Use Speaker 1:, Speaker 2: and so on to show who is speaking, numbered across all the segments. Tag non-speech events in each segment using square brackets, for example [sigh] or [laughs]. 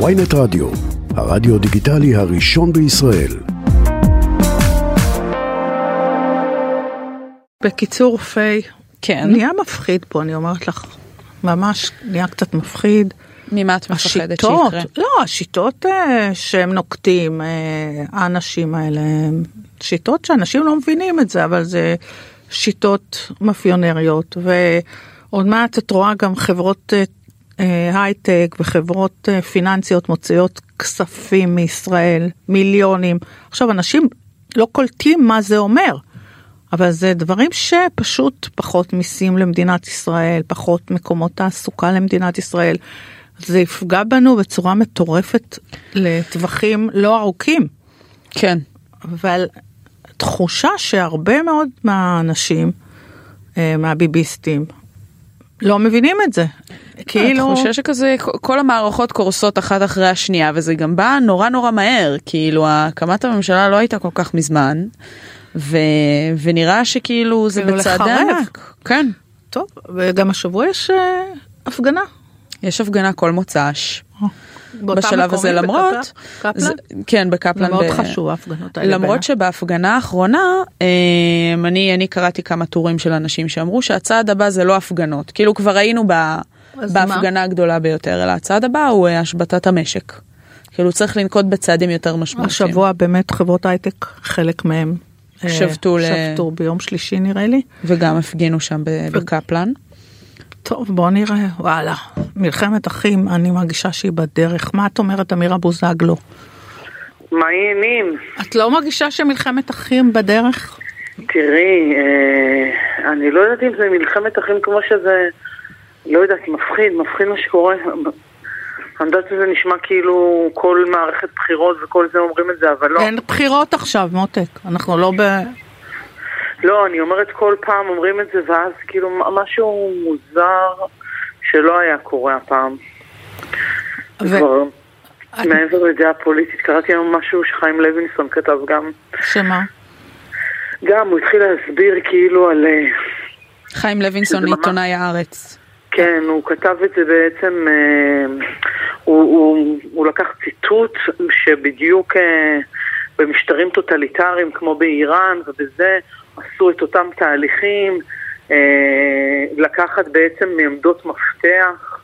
Speaker 1: ויינט רדיו, הרדיו דיגיטלי הראשון בישראל.
Speaker 2: בקיצור, פיי,
Speaker 3: כן.
Speaker 2: נהיה מפחיד פה, אני אומרת לך. ממש נהיה קצת מפחיד.
Speaker 3: ממה את מפחדת
Speaker 2: השיטות,
Speaker 3: שיקרה?
Speaker 2: לא, השיטות אה, שהם נוקטים, אה, האנשים האלה, הם שיטות שאנשים לא מבינים את זה, אבל זה שיטות מאפיונריות. ועוד מעט את רואה גם חברות אה, אה, הייטק וחברות אה, פיננסיות מוציאות כספים מישראל, מיליונים. עכשיו, אנשים לא קולטים מה זה אומר. אבל זה דברים שפשוט פחות מיסים למדינת ישראל, פחות מקומות תעסוקה למדינת ישראל. זה יפגע בנו בצורה מטורפת לטווחים לא ארוכים.
Speaker 3: כן.
Speaker 2: אבל תחושה שהרבה מאוד מהאנשים, אה, מהביביסטים, לא מבינים את זה. כאילו...
Speaker 3: כן, התחושה שכזה כ- כל המערכות קורסות אחת אחרי השנייה וזה גם בא נורא נורא מהר כאילו הקמת הממשלה לא הייתה כל כך מזמן ו... ונראה שכאילו זה
Speaker 2: כאילו
Speaker 3: בצעדי
Speaker 2: לחרב.
Speaker 3: ענק. כן.
Speaker 2: טוב, וגם השבוע יש אה, הפגנה.
Speaker 3: יש הפגנה כל מוצ"ש
Speaker 2: באותם
Speaker 3: בשלב הזה
Speaker 2: מקומות,
Speaker 3: למרות,
Speaker 2: בקפלן?
Speaker 3: זה- כן בקפלן,
Speaker 2: זה מאוד
Speaker 3: ב-
Speaker 2: חשוב ההפגנות האלה.
Speaker 3: למרות שבהפגנה האחרונה אמ, אני אני קראתי כמה טורים של אנשים שאמרו שהצעד הבא זה לא הפגנות כאילו כבר היינו ב-
Speaker 2: אז
Speaker 3: בהפגנה הגדולה ביותר אלא הצעד הבא הוא אה, השבתת המשק. כאילו צריך לנקוט בצעדים יותר משמעותיים.
Speaker 2: השבוע באמת חברות הייטק, חלק מהם אה,
Speaker 3: שבתו ל-
Speaker 2: שבתו ביום שלישי נראה לי.
Speaker 3: וגם הפגינו שם ב- בקפלן.
Speaker 2: טוב, בוא נראה, וואלה. מלחמת אחים, אני מרגישה שהיא בדרך. מה את אומרת, אמירה בוזגלו?
Speaker 4: מה העניינים?
Speaker 2: את לא מרגישה שמלחמת אחים בדרך?
Speaker 4: תראי, אה, אני לא יודעת אם זה מלחמת אחים כמו שזה... לא יודעת, מפחיד, מפחיד מה שקורה. אני יודעת שזה נשמע כאילו כל מערכת בחירות וכל זה אומרים את זה, אבל לא.
Speaker 2: אין בחירות עכשיו, מותק. אנחנו לא ב...
Speaker 4: לא, אני אומרת כל פעם אומרים את זה, ואז כאילו מ- משהו מוזר שלא היה קורה הפעם.
Speaker 2: ו-
Speaker 4: כבר
Speaker 2: אני-
Speaker 4: מעבר לדעה פוליטית, קראתי היום משהו שחיים לוינסון כתב גם.
Speaker 2: שמה?
Speaker 4: גם, הוא התחיל להסביר כאילו על... אה,
Speaker 3: חיים לוינסון
Speaker 4: שזה ממש-
Speaker 3: עיתונאי הארץ.
Speaker 4: כן, הוא כתב את זה בעצם, אה, הוא, הוא, הוא לקח ציטוט שבדיוק אה, במשטרים טוטליטריים כמו באיראן ובזה עשו את אותם תהליכים, אה, לקחת בעצם מעמדות מפתח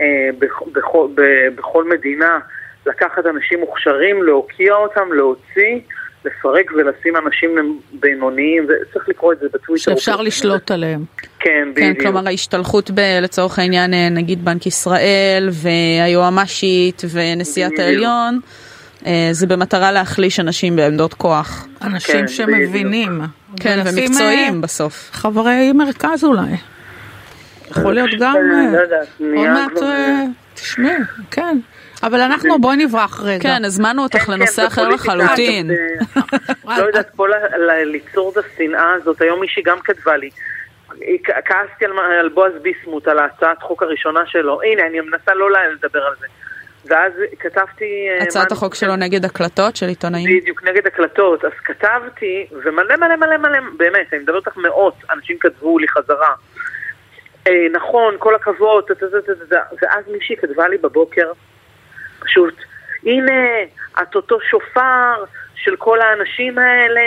Speaker 4: אה, בכ- בכל, ב- בכל מדינה, לקחת אנשים מוכשרים, להוקיע אותם, להוציא, לפרק ולשים אנשים בינוניים, וצריך לקרוא את זה בטוויטר.
Speaker 2: שאפשר לשלוט עליהם.
Speaker 4: כן,
Speaker 3: כן,
Speaker 4: בדיוק.
Speaker 3: כלומר ההשתלחות ב, לצורך העניין אה, נגיד בנק ישראל והיועמ"שית ונשיאת
Speaker 4: בדיוק.
Speaker 3: העליון. אה, זה במטרה להחליש אנשים בעמדות כוח.
Speaker 2: אנשים
Speaker 4: כן,
Speaker 2: שמבינים.
Speaker 3: כן,
Speaker 2: ולשים,
Speaker 3: ומקצועיים
Speaker 2: אה,
Speaker 3: בסוף.
Speaker 2: חברי מרכז אולי. יכול להיות גם... אה,
Speaker 4: לא יודעת, לא
Speaker 2: עוד
Speaker 4: נהיה
Speaker 2: מעט
Speaker 4: כבר...
Speaker 2: אה, תשמעי, כן. אבל אנחנו בואי נברח רגע.
Speaker 3: כן, הזמנו אותך
Speaker 4: כן,
Speaker 3: לנושא
Speaker 4: כן,
Speaker 3: אחר
Speaker 4: בפוליטיקה,
Speaker 3: לחלוטין.
Speaker 4: אה, לא יודעת, כל ה- ל- ליצור את השנאה הזאת, היום מישהי גם כתבה לי. היא כ- כעסתי על מה- על בועז ביסמוט, על ההצעת חוק הראשונה שלו. הנה, אני מנסה לא לה- לדבר על זה. ואז כתבתי... אה, מה
Speaker 3: הצעת
Speaker 4: אני
Speaker 3: החוק
Speaker 4: חושבת-
Speaker 3: שלו נגד הקלטות של עיתונאים.
Speaker 4: בדיוק, נגד הקלטות. אז כתבתי, ומלא מלא מלא מלא, באמת, אני מדברת איתך מאות, אנשים כתבו לי חזרה. אה, נכון, כל הכבוד, טה, טה, טה, טה, טה. ואז מישהי כתבה לי בבוקר, פשוט, הנה, את אותו שופר של כל האנשים האלה,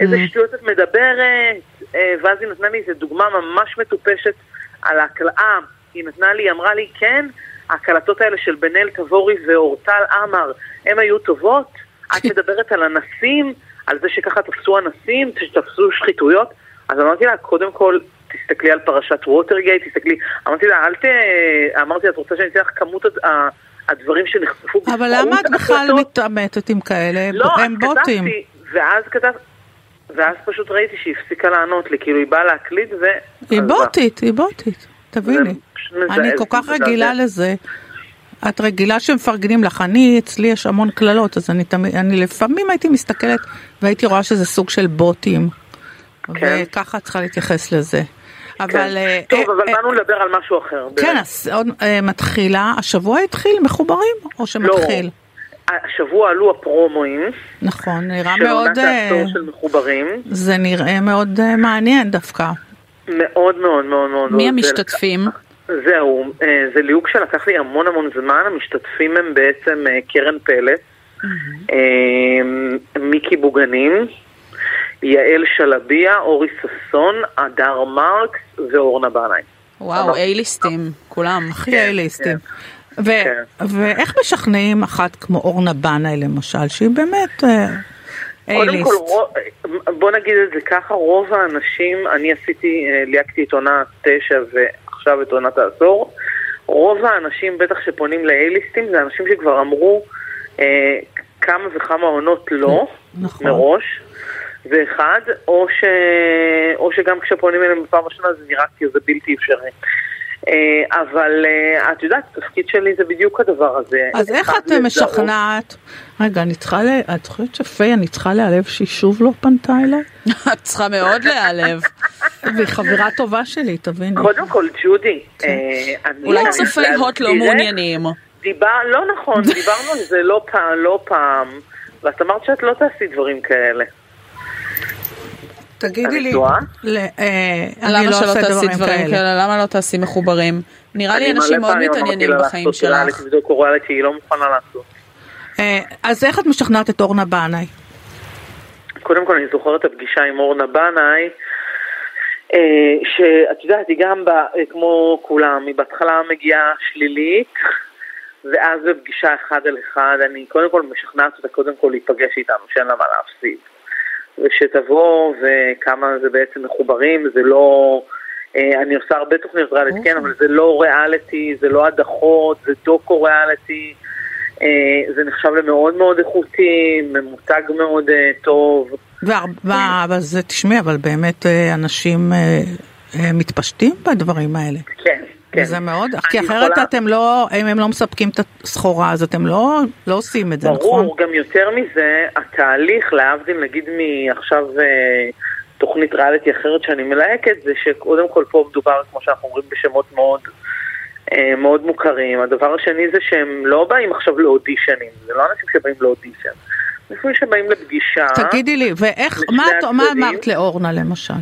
Speaker 4: איזה שטויות את מדברת, אה, ואז היא נתנה לי איזו דוגמה ממש מטופשת על ההקלעה, היא נתנה לי, היא אמרה לי, כן, ההקלטות האלה של בן אל תבורי ואורטל עמר, הן היו טובות? את מדברת על אנסים, על זה שככה תפסו אנסים, שתפסו שחיתויות? אז אמרתי לה, קודם כל, תסתכלי על פרשת ווטרגייט, תסתכלי, אמרתי לה, אל ת... אמרתי לה, את רוצה שאני אתן לך כמות הד- ה- הדברים שנחשפו
Speaker 2: אבל
Speaker 4: בזכות
Speaker 2: למה את בכלל
Speaker 4: ההקלטות?"
Speaker 2: מתעמתת עם כאלה?
Speaker 4: לא, אז
Speaker 2: הם בוטים.
Speaker 4: כתבתי, ואז כתבתי, ואז פשוט ראיתי שהיא הפסיקה לענות לי, כאילו היא באה להקליט ו...
Speaker 2: היא
Speaker 4: עזבה.
Speaker 2: בוטית, היא בוטית,
Speaker 4: זה
Speaker 2: תביני.
Speaker 4: פשוט מזעזע,
Speaker 2: אני כל כך
Speaker 4: מזעזע.
Speaker 2: רגילה לזה. את רגילה שמפרגנים לך, אני, אצלי יש המון קללות, אז אני תמיד, אני לפעמים הייתי מסתכלת והייתי רואה שזה סוג של בוטים.
Speaker 4: כן.
Speaker 2: וככה את צריכה להתייחס לזה.
Speaker 4: כן.
Speaker 2: אבל... אה,
Speaker 4: טוב,
Speaker 2: אה,
Speaker 4: אבל
Speaker 2: אה,
Speaker 4: באנו לדבר על משהו אחר.
Speaker 2: כן,
Speaker 4: באמת.
Speaker 2: אז עוד אה, מתחילה, השבוע התחיל, מחוברים? או
Speaker 4: לא.
Speaker 2: שמתחיל?
Speaker 4: השבוע עלו הפרומואים
Speaker 2: נכון, נראה
Speaker 4: של
Speaker 2: מאוד...
Speaker 4: עונת
Speaker 2: אה,
Speaker 4: העשור של מחוברים.
Speaker 2: זה נראה מאוד אה, מעניין דווקא.
Speaker 4: מאוד מאוד מאוד מאוד.
Speaker 3: מי
Speaker 4: מאוד.
Speaker 3: המשתתפים?
Speaker 4: זה לא לקח- זהו, אה, זה ליהוק שלקח לי המון המון זמן, המשתתפים הם בעצם אה, קרן פלס, אה, מיקי בוגנים, יעל שלביה, אורי ששון, הדר מרקס ואורנה בנאי.
Speaker 3: וואו, אייליסטים,
Speaker 4: [laughs]
Speaker 3: כולם.
Speaker 2: הכי אייליסטים. ו-
Speaker 4: כן.
Speaker 2: ואיך משכנעים אחת כמו אורנה בנאי למשל, שהיא באמת אה,
Speaker 4: קודם כל,
Speaker 2: אייליסט?
Speaker 4: רוב- אה, בוא נגיד את זה ככה, רוב האנשים, אני עשיתי, אה, ליהקתי את עונה תשע ועכשיו את עונת העשור, רוב האנשים בטח שפונים לאייליסטים זה אנשים שכבר אמרו אה, כמה וכמה עונות לא,
Speaker 2: [laughs] נכון.
Speaker 4: מראש, זה אחד, או, ש... או שגם כשפונים אליהם בפעם הראשונה זה נראה כאילו זה בלתי אפשרי. אה, אבל אה, את יודעת, התפקיד שלי זה בדיוק הדבר הזה.
Speaker 2: אז איך
Speaker 4: אחד
Speaker 2: את
Speaker 4: לזהות-
Speaker 2: משכנעת? רגע, אני צריכה ל... את חושבת שפיי, אני צריכה להיעלב שהיא שוב לא פנתה אליי?
Speaker 3: את צריכה מאוד
Speaker 4: [laughs]
Speaker 3: להיעלב.
Speaker 2: והיא חברה טובה שלי, תביני.
Speaker 4: קודם כל, ג'ודי, אה, אני-
Speaker 3: כן. אולי
Speaker 4: אני
Speaker 3: צופי
Speaker 4: להזכיר
Speaker 3: הוט לא
Speaker 4: לך,
Speaker 3: מעוניינים.
Speaker 4: דיבר, לא
Speaker 3: [laughs]
Speaker 4: נכון, דיברנו על זה לא פעם, לא פעם, ואת אמרת שאת לא תעשי דברים כאלה.
Speaker 2: תגידי
Speaker 4: אני
Speaker 2: לי,
Speaker 4: טועה?
Speaker 2: ל- אה, אני
Speaker 3: למה
Speaker 2: לא
Speaker 3: שלא
Speaker 2: עושה
Speaker 3: תעשי
Speaker 2: דברים
Speaker 3: דברים
Speaker 2: כאלה.
Speaker 3: כאלה? למה לא תעשי מחוברים? נראה לי
Speaker 4: אני
Speaker 3: אנשים
Speaker 4: מלא
Speaker 3: מאוד
Speaker 4: פעמים אמרתי
Speaker 3: מתעניינים
Speaker 4: לה
Speaker 3: בחיים
Speaker 4: לעשות ריאליטי,
Speaker 3: שלך.
Speaker 4: לבדוק ריאליטי, היא לא מוכנה לעשות.
Speaker 2: אה, אז איך את משכנעת את אורנה בנאי?
Speaker 4: קודם כל אני זוכרת את הפגישה עם אורנה בנאי, אה, שאת יודעת, היא גם, ב, אה, כמו כולם, היא בהתחלה מגיעה שלילית, ואז בפגישה אחד על אחד, אני קודם כל משכנעת אותה קודם כל להיפגש איתנו, שאין לה מה להפסיד. ושתבוא, וכמה זה בעצם מחוברים, זה לא... אה, אני עושה הרבה תוכניות ריאליטי,
Speaker 2: אוקיי.
Speaker 4: כן, אבל זה לא ריאליטי, זה לא הדחות, זה דוקו ריאליטי. אה, זה נחשב למאוד מאוד איכותי, ממותג מאוד אה, טוב. כן.
Speaker 2: והרבה, אבל זה, תשמעי, אבל באמת אה, אנשים אה, אה, מתפשטים בדברים האלה.
Speaker 4: כן, כן.
Speaker 2: זה מאוד,
Speaker 4: אני
Speaker 2: כי אחרת
Speaker 4: יכולה-
Speaker 2: אתם לא, אם הם לא מספקים את הסחורה, אז אתם לא לא עושים את זה, נכון?
Speaker 4: ברור, גם יותר מזה, התהליך, להבדיל נגיד מעכשיו אה, תוכנית ריאליטי אחרת שאני מלהקת, זה שקודם כל פה מדובר, כמו שאנחנו אומרים, בשמות מאוד אה, מאוד מוכרים. הדבר השני זה שהם לא באים עכשיו לאודישנים, זה לא אנשים שבאים לאודישן. לפעמים שבאים לפגישה...
Speaker 2: תגידי לי, ואיך,
Speaker 4: אה? לשני
Speaker 2: מה את- מה
Speaker 4: הצדדים.
Speaker 2: אמרת לאורנה למשל?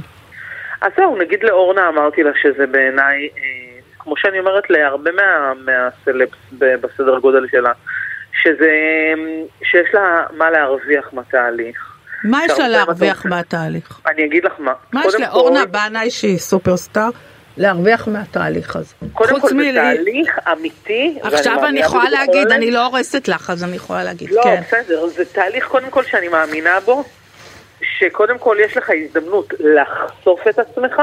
Speaker 4: אז זהו, נגיד לאורנה אמרתי לה שזה בעיניי, אה, כמו שאני אומרת להרבה מה, מהסלפס ב- בסדר גודל שלה, שזה, אה, שיש לה מה להרוויח מהתהליך.
Speaker 2: מה יש לה
Speaker 4: הרבה מה
Speaker 2: להרוויח
Speaker 4: טוב.
Speaker 2: מהתהליך?
Speaker 4: אני אגיד לך מה.
Speaker 2: מה יש
Speaker 4: קודם
Speaker 2: לאורנה
Speaker 4: כל-
Speaker 2: בנאי שהיא סופרסטאר להרוויח מהתהליך הזה?
Speaker 4: קודם כל
Speaker 2: חוץ
Speaker 4: זה
Speaker 2: מלי-
Speaker 4: תהליך אמיתי. ואני
Speaker 2: עכשיו אני
Speaker 4: מאמינה
Speaker 2: יכולה
Speaker 4: בזה בכל
Speaker 2: להגיד,
Speaker 4: הלב.
Speaker 2: אני לא הורסת לך, אז אני יכולה להגיד,
Speaker 4: לא,
Speaker 2: כן.
Speaker 4: בסדר, זה תהליך קודם כל שאני מאמינה בו, שקודם כל יש לך הזדמנות לחשוף את עצמך,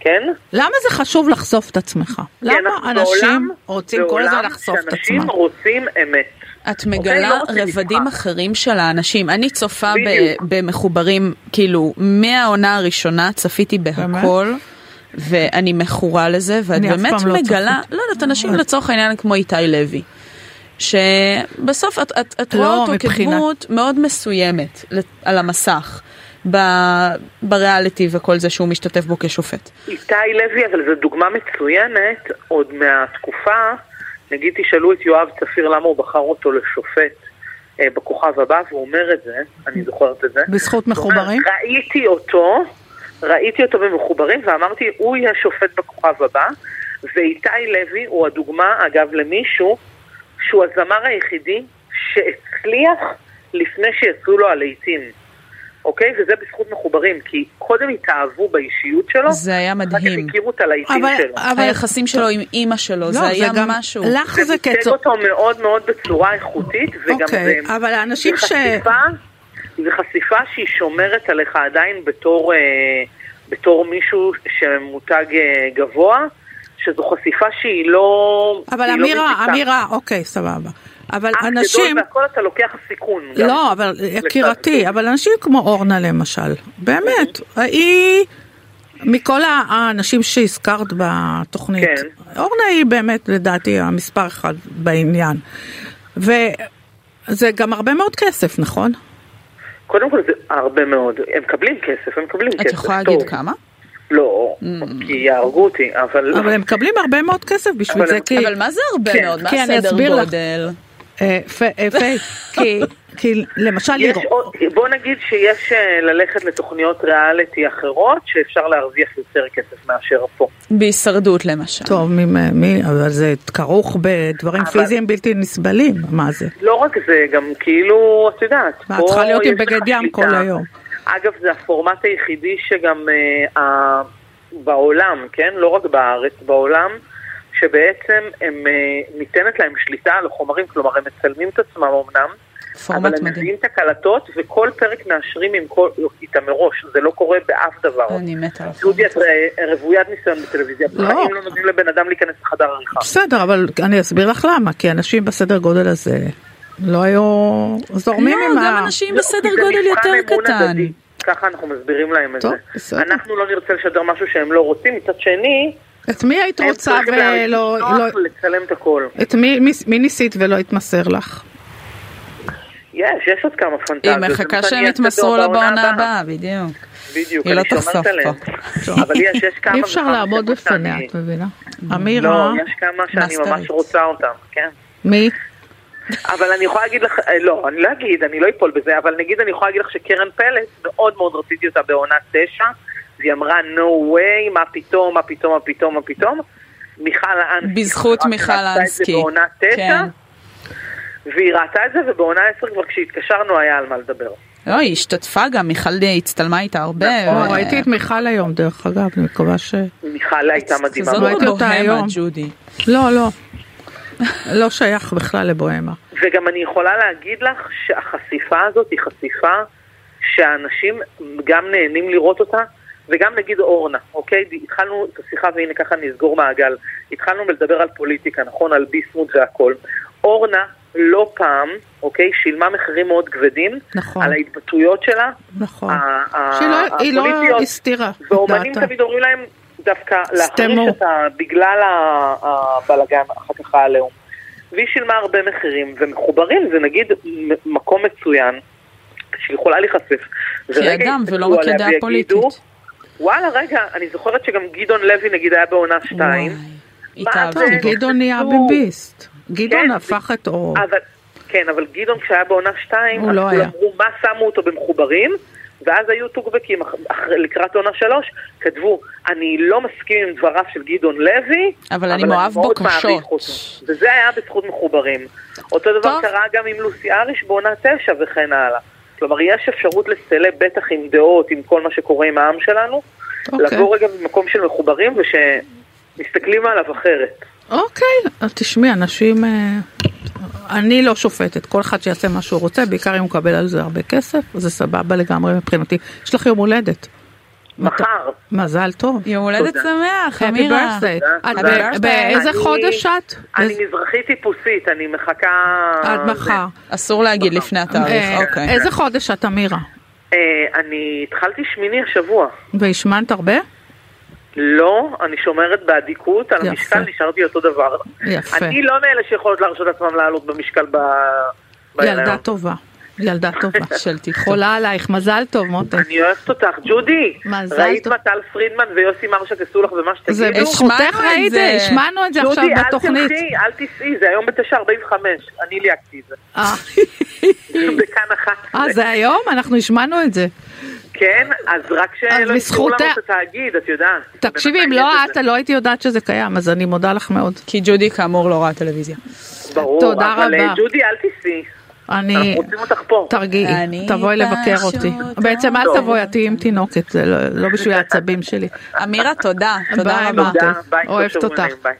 Speaker 4: כן?
Speaker 2: למה זה חשוב לחשוף את עצמך?
Speaker 4: כי
Speaker 2: למה
Speaker 4: אנחנו
Speaker 2: אנשים
Speaker 4: בעולם-
Speaker 2: רוצים כל הזמן
Speaker 4: בעולם
Speaker 2: לחשוף את
Speaker 4: שאנשים
Speaker 2: עצמם?
Speaker 4: רוצים אמת.
Speaker 3: את
Speaker 4: אוקיי,
Speaker 3: מגלה
Speaker 4: לא רוצים
Speaker 3: רבדים
Speaker 4: לשמוע.
Speaker 3: אחרים של האנשים. אני צופה ב-
Speaker 4: בדיוק.
Speaker 3: במחוברים, כאילו, מהעונה הראשונה צפיתי בהכל. ואני מכורה לזה, ואת
Speaker 2: אני אף
Speaker 3: באמת
Speaker 2: פעם לא אה.
Speaker 3: מגלה, לא יודעת, אנשים לצורך העניין כמו איתי לוי, שבסוף את, את, את
Speaker 2: לא,
Speaker 3: רואה אותו
Speaker 2: מבחינת-
Speaker 3: כדמות מאוד מסוימת לת- על המסך, ב, בריאליטי וכל זה שהוא משתתף בו כשופט.
Speaker 4: איתי לוי, אבל זו דוגמה מצוינת, עוד מהתקופה, נגיד תשאלו את יואב צפיר למה הוא בחר אותו לשופט אה, בכוכב הבא, והוא אומר את זה, אני זוכרת את זה.
Speaker 2: בזכות
Speaker 4: הוא אומר,
Speaker 2: מחוברים?
Speaker 4: אה, ראיתי אותו, ראיתי אותו במחוברים, ואמרתי, הוא יהיה שופט בכוכב הבא, ואיתי לוי הוא הדוגמה, אגב, למישהו שהוא הזמר היחידי שהצליח לפני שיצאו לו הלהיטים. אוקיי? וזה בזכות מחוברים, כי קודם התאהבו באישיות שלו,
Speaker 3: זה היה
Speaker 4: אחר
Speaker 3: מדהים.
Speaker 4: כך הכירו את הלהיטים
Speaker 2: אבל-
Speaker 4: שלו.
Speaker 2: אבל-
Speaker 3: היחסים שלו עם אימא שלו,
Speaker 2: לא,
Speaker 3: זה היה
Speaker 2: גם-
Speaker 3: משהו.
Speaker 2: לך זה
Speaker 4: ייצג
Speaker 2: כצופ...
Speaker 4: אותו מאוד מאוד בצורה איכותית, וגם
Speaker 2: אוקיי,
Speaker 4: זה...
Speaker 2: אבל האנשים
Speaker 4: זה
Speaker 2: ש...
Speaker 4: חשיפה, זה חשיפה שהיא שומרת עליך עדיין בתור, אה, בתור מישהו שמותג אה, גבוה, שזו חשיפה שהיא לא...
Speaker 2: אבל
Speaker 4: היא
Speaker 2: אמירה,
Speaker 4: מזיקה.
Speaker 2: אמירה, אוקיי, סבבה. אבל
Speaker 4: אח
Speaker 2: אנשים...
Speaker 4: גדול והכל אתה לוקח סיכון. גם.
Speaker 2: לא, אבל יקירתי, אבל אנשים כמו אורנה למשל, באמת,
Speaker 4: אוקיי.
Speaker 2: היא, מכל ה- האנשים שהזכרת בתוכנית,
Speaker 4: כן.
Speaker 2: אורנה היא באמת לדעתי המספר אחד בעניין. וזה גם הרבה מאוד כסף, נכון?
Speaker 4: קודם כל זה הרבה מאוד. הם מקבלים כסף, הם מקבלים כסף.
Speaker 3: את יכולה
Speaker 4: טוב.
Speaker 3: להגיד כמה?
Speaker 4: לא, כי יהרגו אותי, אבל...
Speaker 2: אבל הם מקבלים הרבה מאוד כסף בשביל
Speaker 4: אבל
Speaker 2: זה,
Speaker 4: הם-
Speaker 2: כי...
Speaker 3: אבל מה זה הרבה
Speaker 4: כן,
Speaker 3: מאוד? מה
Speaker 2: כי אני
Speaker 3: הסדר
Speaker 2: אסביר לך.
Speaker 3: גודל?
Speaker 2: אה, פ- אה, פייק, כי- כי למשל
Speaker 4: יש
Speaker 2: לראות,
Speaker 4: עוד- בוא נגיד שיש אה, ללכת לתוכניות ריאליטי אחרות שאפשר להרוויח יותר כסף מאשר פה.
Speaker 3: בהישרדות למשל.
Speaker 2: טוב, מי, מי, אבל זה כרוך בדברים
Speaker 4: אבל-
Speaker 2: פיזיים בלתי נסבלים, מה זה?
Speaker 4: לא רק זה, גם כאילו, את יודעת,
Speaker 2: מה,
Speaker 4: פה
Speaker 2: צריכה להיות עם
Speaker 4: יש לך
Speaker 2: בגד ים
Speaker 4: שליטה.
Speaker 2: כל היום.
Speaker 4: אגב, זה הפורמט היחידי שגם אה, ה... בעולם, כן? לא רק בארץ, בעולם, שבעצם הם, אה, ניתנת להם שליטה על החומרים, כלומר, הם מצלמים את עצמם אמנם, אבל
Speaker 3: פורמט
Speaker 4: הם
Speaker 3: מדהים.
Speaker 4: מביאים את הקלטות, וכל פרק מאשרים עם כל... איתם מראש, זה לא קורה באף דבר.
Speaker 3: אני לא, מתה על
Speaker 4: דודי,
Speaker 3: פורמט.
Speaker 4: את אה, רוויית ניסיון בטלוויזיה,
Speaker 2: לא.
Speaker 4: בחיים לא נותנים לבן אדם להיכנס לחדר עריכה.
Speaker 2: בסדר, אבל אני אסביר לך למה, כי אנשים בסדר גודל הזה לא היו זורמים
Speaker 3: לא,
Speaker 2: עם ה...
Speaker 3: גם אנשים
Speaker 4: לא,
Speaker 3: בסדר
Speaker 4: כי זה
Speaker 3: גודל
Speaker 4: מבחן
Speaker 3: יותר
Speaker 4: אמון
Speaker 3: קטן.
Speaker 4: הדדי. ככה אנחנו מסבירים להם את
Speaker 2: טוב,
Speaker 4: זה.
Speaker 2: בסדר.
Speaker 4: אנחנו לא נרצה לשדר משהו שהם לא רוצים, מצד שני,
Speaker 2: את מי היית
Speaker 4: הם
Speaker 2: רוצה
Speaker 4: צריכים
Speaker 2: ולא... לא-
Speaker 4: להרגיש נוח לצלם את הכל.
Speaker 2: את מי, מי, מי ניסית ולא התמסר לך?
Speaker 4: יש, יש עוד כמה
Speaker 3: היא
Speaker 4: פנטזיות.
Speaker 3: מחכה
Speaker 4: אה, זה
Speaker 3: שהם
Speaker 4: מתעניין
Speaker 3: יתמסרו
Speaker 4: יותר
Speaker 3: לה בעונה הבאה, בדיוק.
Speaker 4: בדיוק,
Speaker 3: היא לא
Speaker 4: אני שומרת
Speaker 3: תחשוף
Speaker 4: עליהם.
Speaker 3: פה.
Speaker 4: אבל יש, יש
Speaker 3: [laughs]
Speaker 4: כמה...
Speaker 2: אי אפשר
Speaker 4: וכמה
Speaker 2: לעמוד
Speaker 4: שמות
Speaker 2: בפניה,
Speaker 4: שאני-
Speaker 2: את מבינה?
Speaker 4: לא,
Speaker 2: אמירה,
Speaker 4: יש כמה שאני
Speaker 3: מאסטרית.
Speaker 4: ממש רוצה אותם, כן.
Speaker 2: מי?
Speaker 4: אבל אני יכולה להגיד לך, אה, לא, אני לא אגיד, אני לא אפול בזה, אבל נגיד אני יכולה להגיד לך שקרן פלס, מאוד מאוד רציתי אותה בעונה תשע, והיא אמרה no way, מה פתאום, מה פתאום, מה פתאום, מה פתאום. מיכל אנסקי.
Speaker 3: בזכות
Speaker 4: רק
Speaker 3: מיכל
Speaker 4: ראתה את זה
Speaker 3: אנסקי.
Speaker 4: בעונה תשע,
Speaker 3: כן.
Speaker 4: והיא ראתה את זה, ובעונה עשר כבר כשהתקשרנו היה על מה לדבר.
Speaker 3: לא, היא השתתפה גם, מיכל די הצטלמה איתה הרבה.
Speaker 4: נכון,
Speaker 3: ו-
Speaker 2: או, לא, ראיתי את מיכל היום, דרך אגב, אני מקווה ש...
Speaker 4: מיכל הייתה מדהימה.
Speaker 3: כזאת
Speaker 2: ראיתי אותה
Speaker 3: בוהמה,
Speaker 2: היום.
Speaker 3: ג'ודי.
Speaker 2: לא, [laughs] לא. לא שייך בכלל לבוהמה.
Speaker 4: וגם אני יכולה להגיד לך שהחשיפה הזאת היא חשיפה שהאנשים גם נהנים לראות אותה, וגם נגיד אורנה, אוקיי? התחלנו את השיחה, והנה ככה נסגור מעגל. התחלנו לדבר על פוליטיקה, נכון? על ביסמוט והכל. אורנה לא פעם, אוקיי? שילמה מחירים מאוד כבדים
Speaker 2: נכון.
Speaker 4: על ההתבטאויות שלה.
Speaker 2: נכון.
Speaker 4: ה- ה-
Speaker 2: שהיא לא- היא לא
Speaker 4: הפוליטיות.
Speaker 2: הסתירה את
Speaker 4: ואומנים
Speaker 2: דעתה.
Speaker 4: תמיד אומרים להם דווקא להחריש
Speaker 2: סתמו.
Speaker 4: אותה בגלל ה- הבלגן, אחר כך העליהום. והיא שילמה הרבה מחירים, ומחוברים זה נגיד מ- מקום מצוין, שהיא יכולה להיחשף. ורגע
Speaker 3: אדם,
Speaker 4: יסתכלו
Speaker 3: ולא רק
Speaker 4: עליה
Speaker 3: כדעה
Speaker 4: ויגידו,
Speaker 3: פוליטית.
Speaker 4: וואלה, רגע, אני זוכרת שגם גדעון לוי נגיד היה בעונה שתיים.
Speaker 3: וואי, התאהבתי.
Speaker 2: טוב,
Speaker 4: זה-
Speaker 2: גדעון נהיה
Speaker 4: קיצור.
Speaker 2: ביביסט. גדעון
Speaker 4: זה-
Speaker 2: הפך את אורו.
Speaker 3: נכון.
Speaker 4: אבל, כן, אבל גדעון כשהיה בעונה 2,
Speaker 2: הוא לא היה.
Speaker 4: אמרו מה שמו אותו במחוברים, ואז היו טוקבקים אח- אח- לקראת עונה 3, כתבו, אני לא מסכים עם דבריו של גדעון לוי,
Speaker 3: אבל אני מאוהב בו
Speaker 4: מאוד
Speaker 3: קשות."
Speaker 4: מעריך אותו. וזה היה בזכות מחוברים. אותו דבר
Speaker 3: טוב.
Speaker 4: קרה גם עם לוסי אריש בעונה 9 וכן הלאה. כלומר, יש אפשרות לסלב, בטח עם דעות, עם כל מה שקורה עם העם שלנו,
Speaker 2: אוקיי.
Speaker 4: לבוא רגע במקום של מחוברים ושמסתכלים עליו אחרת.
Speaker 2: אוקיי, אז תשמעי, אנשים... אה, אני לא שופטת, כל אחד שיעשה מה שהוא רוצה, בעיקר אם הוא מקבל על זה הרבה כסף, זה סבבה לגמרי מבחינתי. יש לך יום הולדת.
Speaker 4: מחר.
Speaker 2: מזל טוב.
Speaker 3: יום הולדת
Speaker 4: תודה.
Speaker 3: שמח,
Speaker 2: Happy
Speaker 3: אמירה.
Speaker 2: birthday. את
Speaker 3: Happy
Speaker 2: ב-
Speaker 3: birthday.
Speaker 2: באיזה
Speaker 4: אה, אני-
Speaker 2: חודש את?
Speaker 4: אני לא
Speaker 2: איזה-
Speaker 4: מזרחית טיפוסית, אני מחכה...
Speaker 2: עד מחר.
Speaker 3: אסור להגיד לפני
Speaker 2: אה,
Speaker 3: התאריך, אוקיי.
Speaker 2: איזה חודש את, אמירה?
Speaker 4: אה, אני התחלתי שמיני השבוע.
Speaker 2: והשמנת הרבה?
Speaker 4: לא, אני שומרת באדיקות, על
Speaker 2: יפה.
Speaker 4: המשקל נשארתי אותו דבר.
Speaker 2: יפה.
Speaker 4: אני לא מאלה שיכולות להרשות לעצמם לעלות במשקל ב...
Speaker 2: ילדה
Speaker 4: בהיריון.
Speaker 2: טובה. ילדה טובה.
Speaker 3: [laughs] של תיכון.
Speaker 2: חולה עלייך, מזל טוב מותק.
Speaker 4: אני אוהבת אותך, ג'ודי.
Speaker 2: מזל
Speaker 4: ראית
Speaker 2: טוב.
Speaker 4: מה טל פרידמן ויוסי מרשק עשו לך ומה שתגידו?
Speaker 2: זה
Speaker 3: השמענו
Speaker 2: בזכותך
Speaker 3: את
Speaker 2: ראית,
Speaker 3: זה.
Speaker 2: השמענו את זה עכשיו
Speaker 4: ג'ודי, אל
Speaker 2: בתוכנית.
Speaker 4: תלכי, אל תיסעי, זה היום ב-9.45, אני ליהקתי את זה.
Speaker 2: אה,
Speaker 4: בכאן אחת.
Speaker 2: אה, זה היום? אנחנו השמענו את זה.
Speaker 4: כן, אז רק שלא יסגרו לנו
Speaker 2: בזכותה-
Speaker 4: את התאגיד, את יודעת.
Speaker 2: תקשיבי, אם
Speaker 4: בינתיים
Speaker 2: לא
Speaker 4: יש
Speaker 2: את, לא הייתי יודעת שזה קיים, אז אני מודה לך מאוד.
Speaker 3: כי ג'ודי כאמור לא ראה טלוויזיה.
Speaker 4: ברור,
Speaker 2: תודה
Speaker 4: אבל
Speaker 2: רבה. אה,
Speaker 4: אה, ג'ודי, אל תיסעי.
Speaker 2: אני...
Speaker 4: אנחנו רוצים אותך פה.
Speaker 2: תרגיעי,
Speaker 3: אני
Speaker 2: תבואי לבקר
Speaker 3: פשוט לא.
Speaker 2: אותי. בעצם אל
Speaker 4: טוב.
Speaker 2: תבואי, את תהיי עם תינוקת, [laughs] זה לא לא בשביל העצבים שלי.
Speaker 3: אמירה, תודה. תודה
Speaker 2: ביי,
Speaker 3: רבה.
Speaker 2: אמרתי.
Speaker 4: תודה, ביי, כל
Speaker 2: אוהבת
Speaker 4: שבוע
Speaker 2: אותך.
Speaker 4: נעים, ביי.